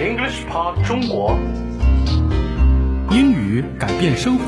English Pod 中国英语改变生活。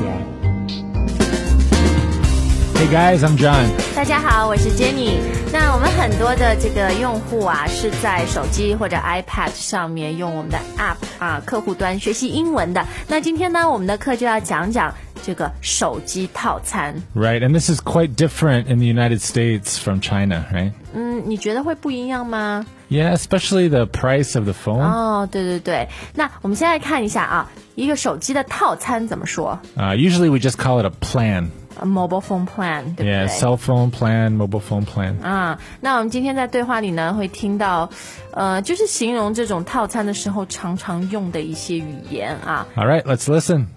Hey guys, I'm John. 大家好，我是 Jenny。那我们很多的这个用户啊，是在手机或者 iPad 上面用我们的 App 啊，客户端学习英文的。那今天呢，我们的课就要讲讲这个手机套餐。 Right, and this is quite different in the United States from China, right? 嗯，你觉得会不一样吗？ Yeah, especially the price of the phone. 哦，对对对。那我们先来看一下啊，一个手机的套餐怎么说 Uh, usually we just call it a plan. 呃？Mobile phone plan，对不对 Yeah, cell phone plan, mobile phone plan. 啊，那我们今天在对话里呢，会听到，呃，就是形容这种套餐的时候常常用的一些语言啊。 All right, let's listen.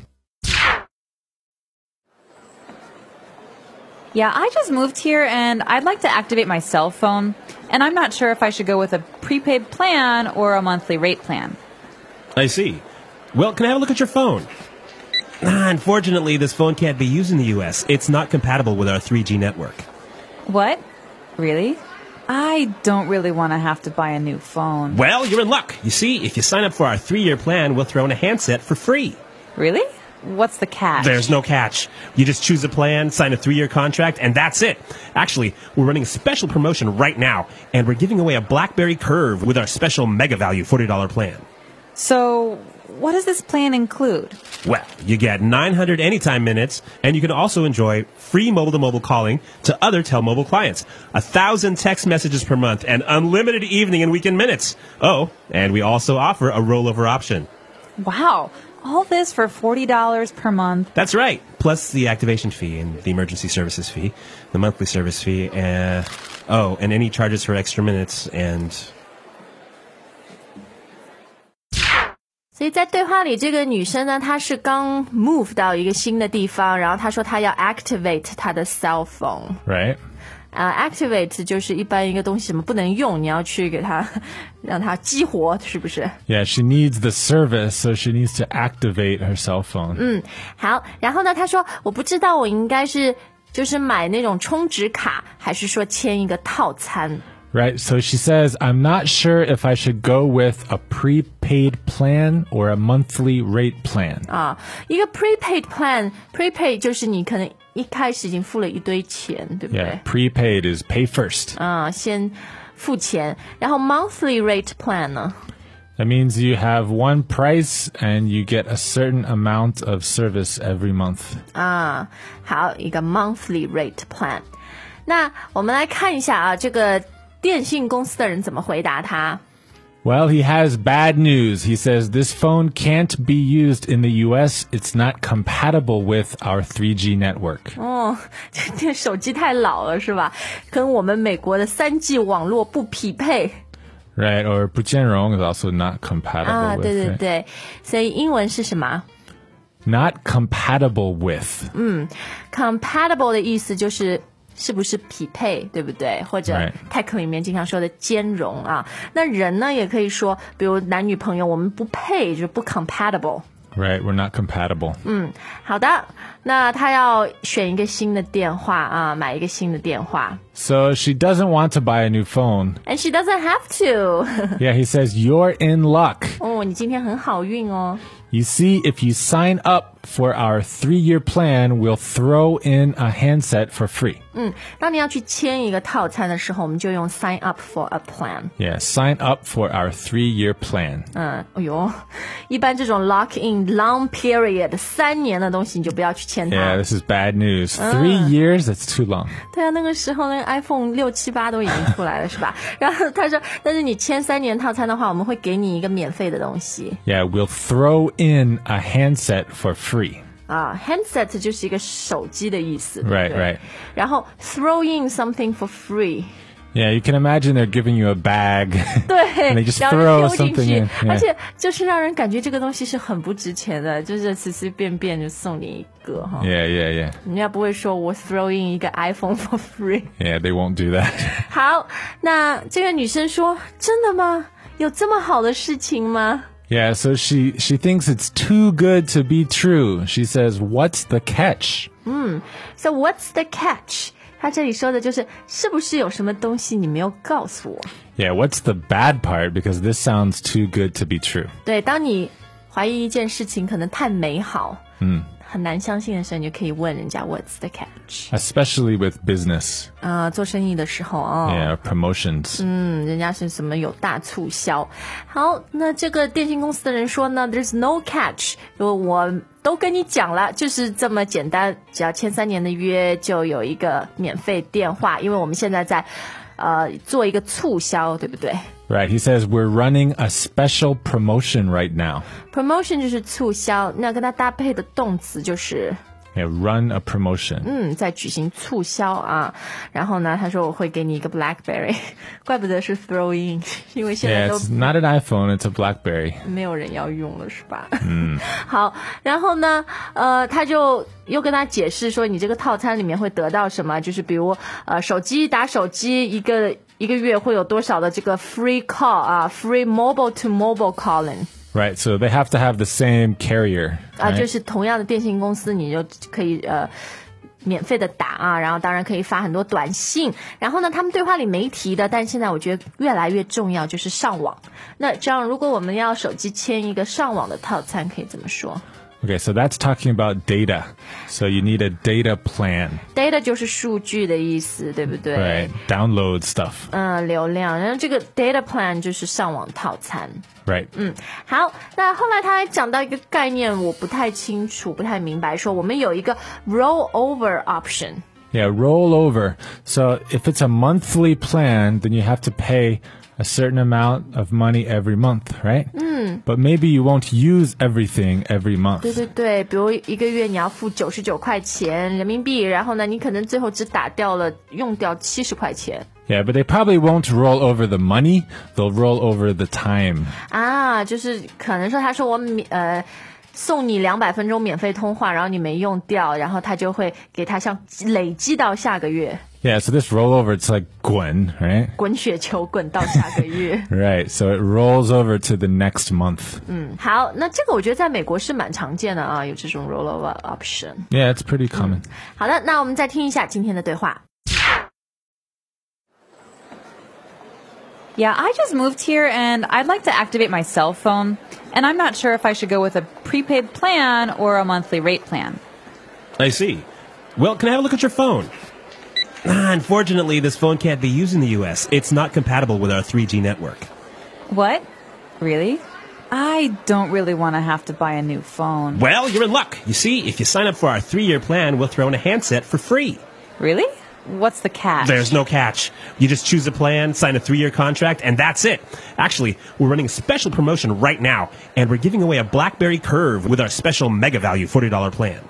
Yeah, I just moved here and I'd like to activate my cell phone. And I'm not sure if I should go with a prepaid plan or a monthly rate plan. I see. Well, can I have a look at your phone? Ah, unfortunately, this phone can't be used in the US. It's not compatible with our 3G network. What? Really? I don't really want to have to buy a new phone. Well, you're in luck. You see, if you sign up for our three year plan, we'll throw in a handset for free. Really? What's the catch? There's no catch. You just choose a plan, sign a three year contract, and that's it. Actually, we're running a special promotion right now, and we're giving away a Blackberry Curve with our special mega value $40 plan. So, what does this plan include? Well, you get 900 anytime minutes, and you can also enjoy free mobile to mobile calling to other Telmobile clients, a thousand text messages per month, and unlimited evening and weekend minutes. Oh, and we also offer a rollover option. Wow, all this for $40 per month. That's right. Plus the activation fee and the emergency services fee, the monthly service fee, and oh, and any charges for extra minutes and 所以在对话里，这个女生呢，她是刚 move 到一个新的地方，然后她说她要 activate 她的 cell phone。 Right? 啊、a c t i v a t e 就是一般一个东西什么不能用，你要去给它 让它激活，是不是？ Yeah, she needs the service, so she needs to activate her cell phone. 好，然后呢，她说我不知道我应该是就是买那种充值卡，还是说签一个套餐。 Right, so she says, I'm not sure if I should go with a prepaid plan or a monthly rate plan. 啊，一个 prepaid plan，prepaid 就是你可能一开始已经付了一堆钱，对不对 Yeah, prepaid is pay first. 啊，先付钱，然后 monthly rate plan 呢？ That means you have one price and you get a certain amount of service every month. 啊，好，一个 monthly rate plan。那我们来看一下啊，这个电信公司的人怎么回答他。 Well, he has bad news. He says this phone can't be used in the US. It's not compatible with our 3G network. 哦，这这手机太老了是吧？跟我们美国的三 G 网络不匹配 Right, or 不兼容 is also not compatible 啊！ with. 对对 right? 对，所以英文是什么？ Not compatible with. compatible 的意思就是是不是匹配，对不对？或者 Right. tech 里面经常说的兼容啊。那人呢，也可以说，比如男女朋友，我们不配，就是不 compatible。 Right, we're not compatible. 好的，那他要选一个新的电话啊，买一个新的电话。 So she doesn't want to buy a new phone. And she doesn't have to 。 Yeah, he says you're in luck. 哦，你今天很好运哦。 You see, if you sign up for our three-year plan, we'll throw in a handset for free. 当你要去签一个套餐的时候，我们就用 sign up for a plan。 Yeah, sign up for our three-year plan. 嗯，哎呦，一般这种 lock in long period 三年的东西，你就不要去签它。 Yeah, this is bad news. Three years, that's too long. 对啊，那个时候那个 iPhone 六七八都已经出来了，是吧？ 然后他说，但是你签三年套餐的话，我们会给你一个免费的东西 Yeah, we'll throw in a handset for free. 啊，handset 就是一个手机的意思对不 Right, 对 right. 然后 throw in something for free， Yeah, you can imagine they're giving you a bag. 对 And they，just 然后就 throw 丢进 something 去 in，yeah 而且就是让人感觉这个东西是很不值钱的，就是随随便便就送你一个哈。 yeah, yeah, yeah. 人家不会说我 throw in 一个 iPhone for free。 Yeah, they won't do that. 好，那这个女生说：“真的吗？有这么好的事情吗？” yeah, so she she thinks it's too good to be true. She says, "What's the catch?" So what's the catch? 他这里说的就是是不是有什么东西你没有告诉我？ Yeah, what's the bad part? Because this sounds too good to be true. 对，当你怀疑一件事情可能太美好，嗯，很难相信的时候，你就可以问人家 What's the catch？ Especially with business 啊、做生意的时候啊、哦 yeah, or promotions. 嗯，人家是什么有大促销。好，那这个电信公司的人说呢，There's no catch，我我都跟你讲了，就是这么简单，只要签三年的约就有一个免费电话，因为我们现在在呃做一个促销，对不对？ Right, he says we're running a special promotion right now. promotion 就是促销，那跟它搭配的动词就是。 Yeah, run a promotion. 嗯，在举行促销啊，然后呢，他说我会给你一个 BlackBerry，怪 不得是 throw in，因 为现在 Yeah, 都 it's not an iPhone, it's a BlackBerry. 没有人要用了，是吧？ 嗯。好，然后呢，呃，他就又跟他解释说，你这个套餐里面会得到什么？就是比如，呃，手机打手机一个一个月会有多少的这个 free call 啊，free mobile to mobile calling。 Right, so they have to have the same carrier. 啊， right? 就是同样的电信公司，你就可以呃。免费的打啊，然后当然可以发很多短信。然后呢，他们对话里没提的，但现在我觉得越来越重要就是上网。那这样，如果我们要手机签一个上网的套餐，可以怎么说 Okay, so that's talking about data. So you need a data plan, ？Data 就是数据的意思，对不对？ right? Uh, Download stuff, 嗯，流量。然后这个 data plan 就是上网套餐。 right? 好，那后来他还讲到一个概念，我不太清楚，不太明白，说我们有一个 rollover option。 Yeah, roll over. So if it's a monthly plan, then you have to pay a certain amount of money every month, right? But maybe you won't use everything every 对 month. 对对，比如一个月你要付九十九块钱人民币，然后呢，你可能最后只打掉了用掉七十块钱 Yeah, but they probably won't roll over the money. They'll roll over the time. 啊，就是可能说他说我免呃送你两百分钟免费通话，然后你没用掉，然后他就会给他像累积到下个月， Yeah, so this rollover, it's like Gwen, right? 滚雪球滚到下个月。 Right, so it rolls over to the next month. 嗯好，那这个我觉得在美国是蛮常见的啊，有这种 rollover option。 Yeah, it's pretty common. 好的，那我们再听一下今天的对话。 Yeah, I just moved here and I'd like to activate my cell phone, and I'm not sure if I should go with a prepaid plan or a monthly rate plan. I see. Well, can I have a look at your phone? Ah, unfortunately, this phone can't be used in the U.S. It's not compatible with our 3G network. What? Really? I don't really want to have to buy a new phone. Well, you're in luck. You see, if you sign up for our three-year plan, we'll throw in a handset for free. Really? What's the catch? There's no catch. You just choose a plan, sign a three-year contract, and that's it. Actually, we're running a special promotion right now, and we're giving away a BlackBerry Curve with our special mega value $40 plan.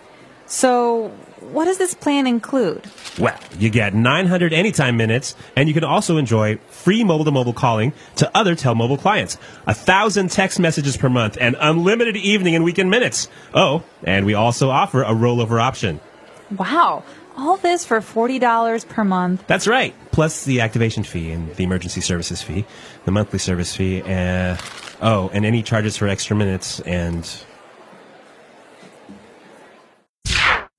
So, what does this plan include? Well, you get 900 anytime minutes, and you can also enjoy free mobile to mobile calling to other Telmobile clients, a thousand text messages per month, and unlimited evening and weekend minutes. Oh, and we also offer a rollover option. Wow, all this for $40 per month. That's right. Plus the activation fee and the emergency services fee, the monthly service fee, uh, oh, and any charges for extra minutes and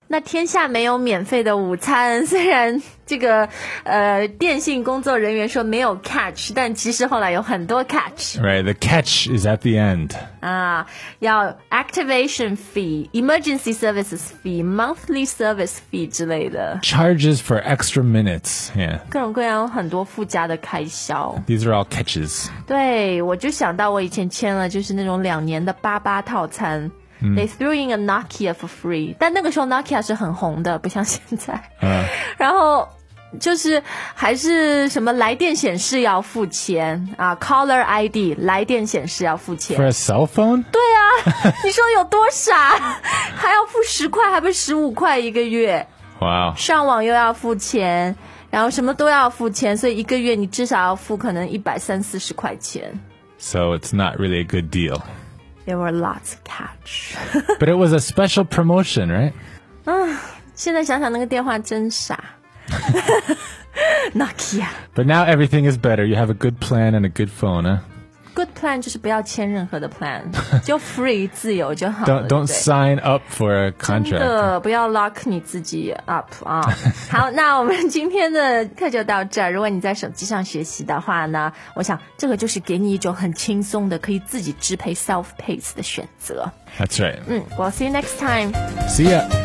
那天下没有免费的午餐， 虽然这个呃电信工作人员说没有 catch，但其实后来有很多 catch Right, the catch is at the end. 啊，要 activation fee、emergency services fee、monthly service fee 之类的， Charges for extra minutes. Yeah, 各种各样有很多附加的开销。 these are all catches. 对，我就想到我以前签了就是那种两年的八八套餐。They threw in a Nokia for free，但那个时候 Nokia 是很红的，不像现在。嗯 然后就是还是什么来电显示要付钱啊，Caller ID 来电显示要付钱 For。a cell phone? 你说有多傻？还要付十块，还不是十五块一个月？ Wow. 上网又要付钱，然后什么都要付钱，所以一个月你至少要付可能一百三四十块钱。 So it's not really a good deal. There were lots of catch。 But it was a special promotion, right? 现在想想那个电话真傻。Nokia， But now everything is better. You have a good plan and a good phone, huh? good plan 就是不要签任何的 plan，就 free 自由就好 Don't 了。don't 对不对 sign up for a 真 contract. 的不要 lock 你自己 up 啊！好，那我们今天的课就到这儿。如果你在手机上学习的话呢，我想这个就是给你一种很轻松的，可以自己支配 self pace 的选择。 That's right. 嗯，We'll see you next time. See ya.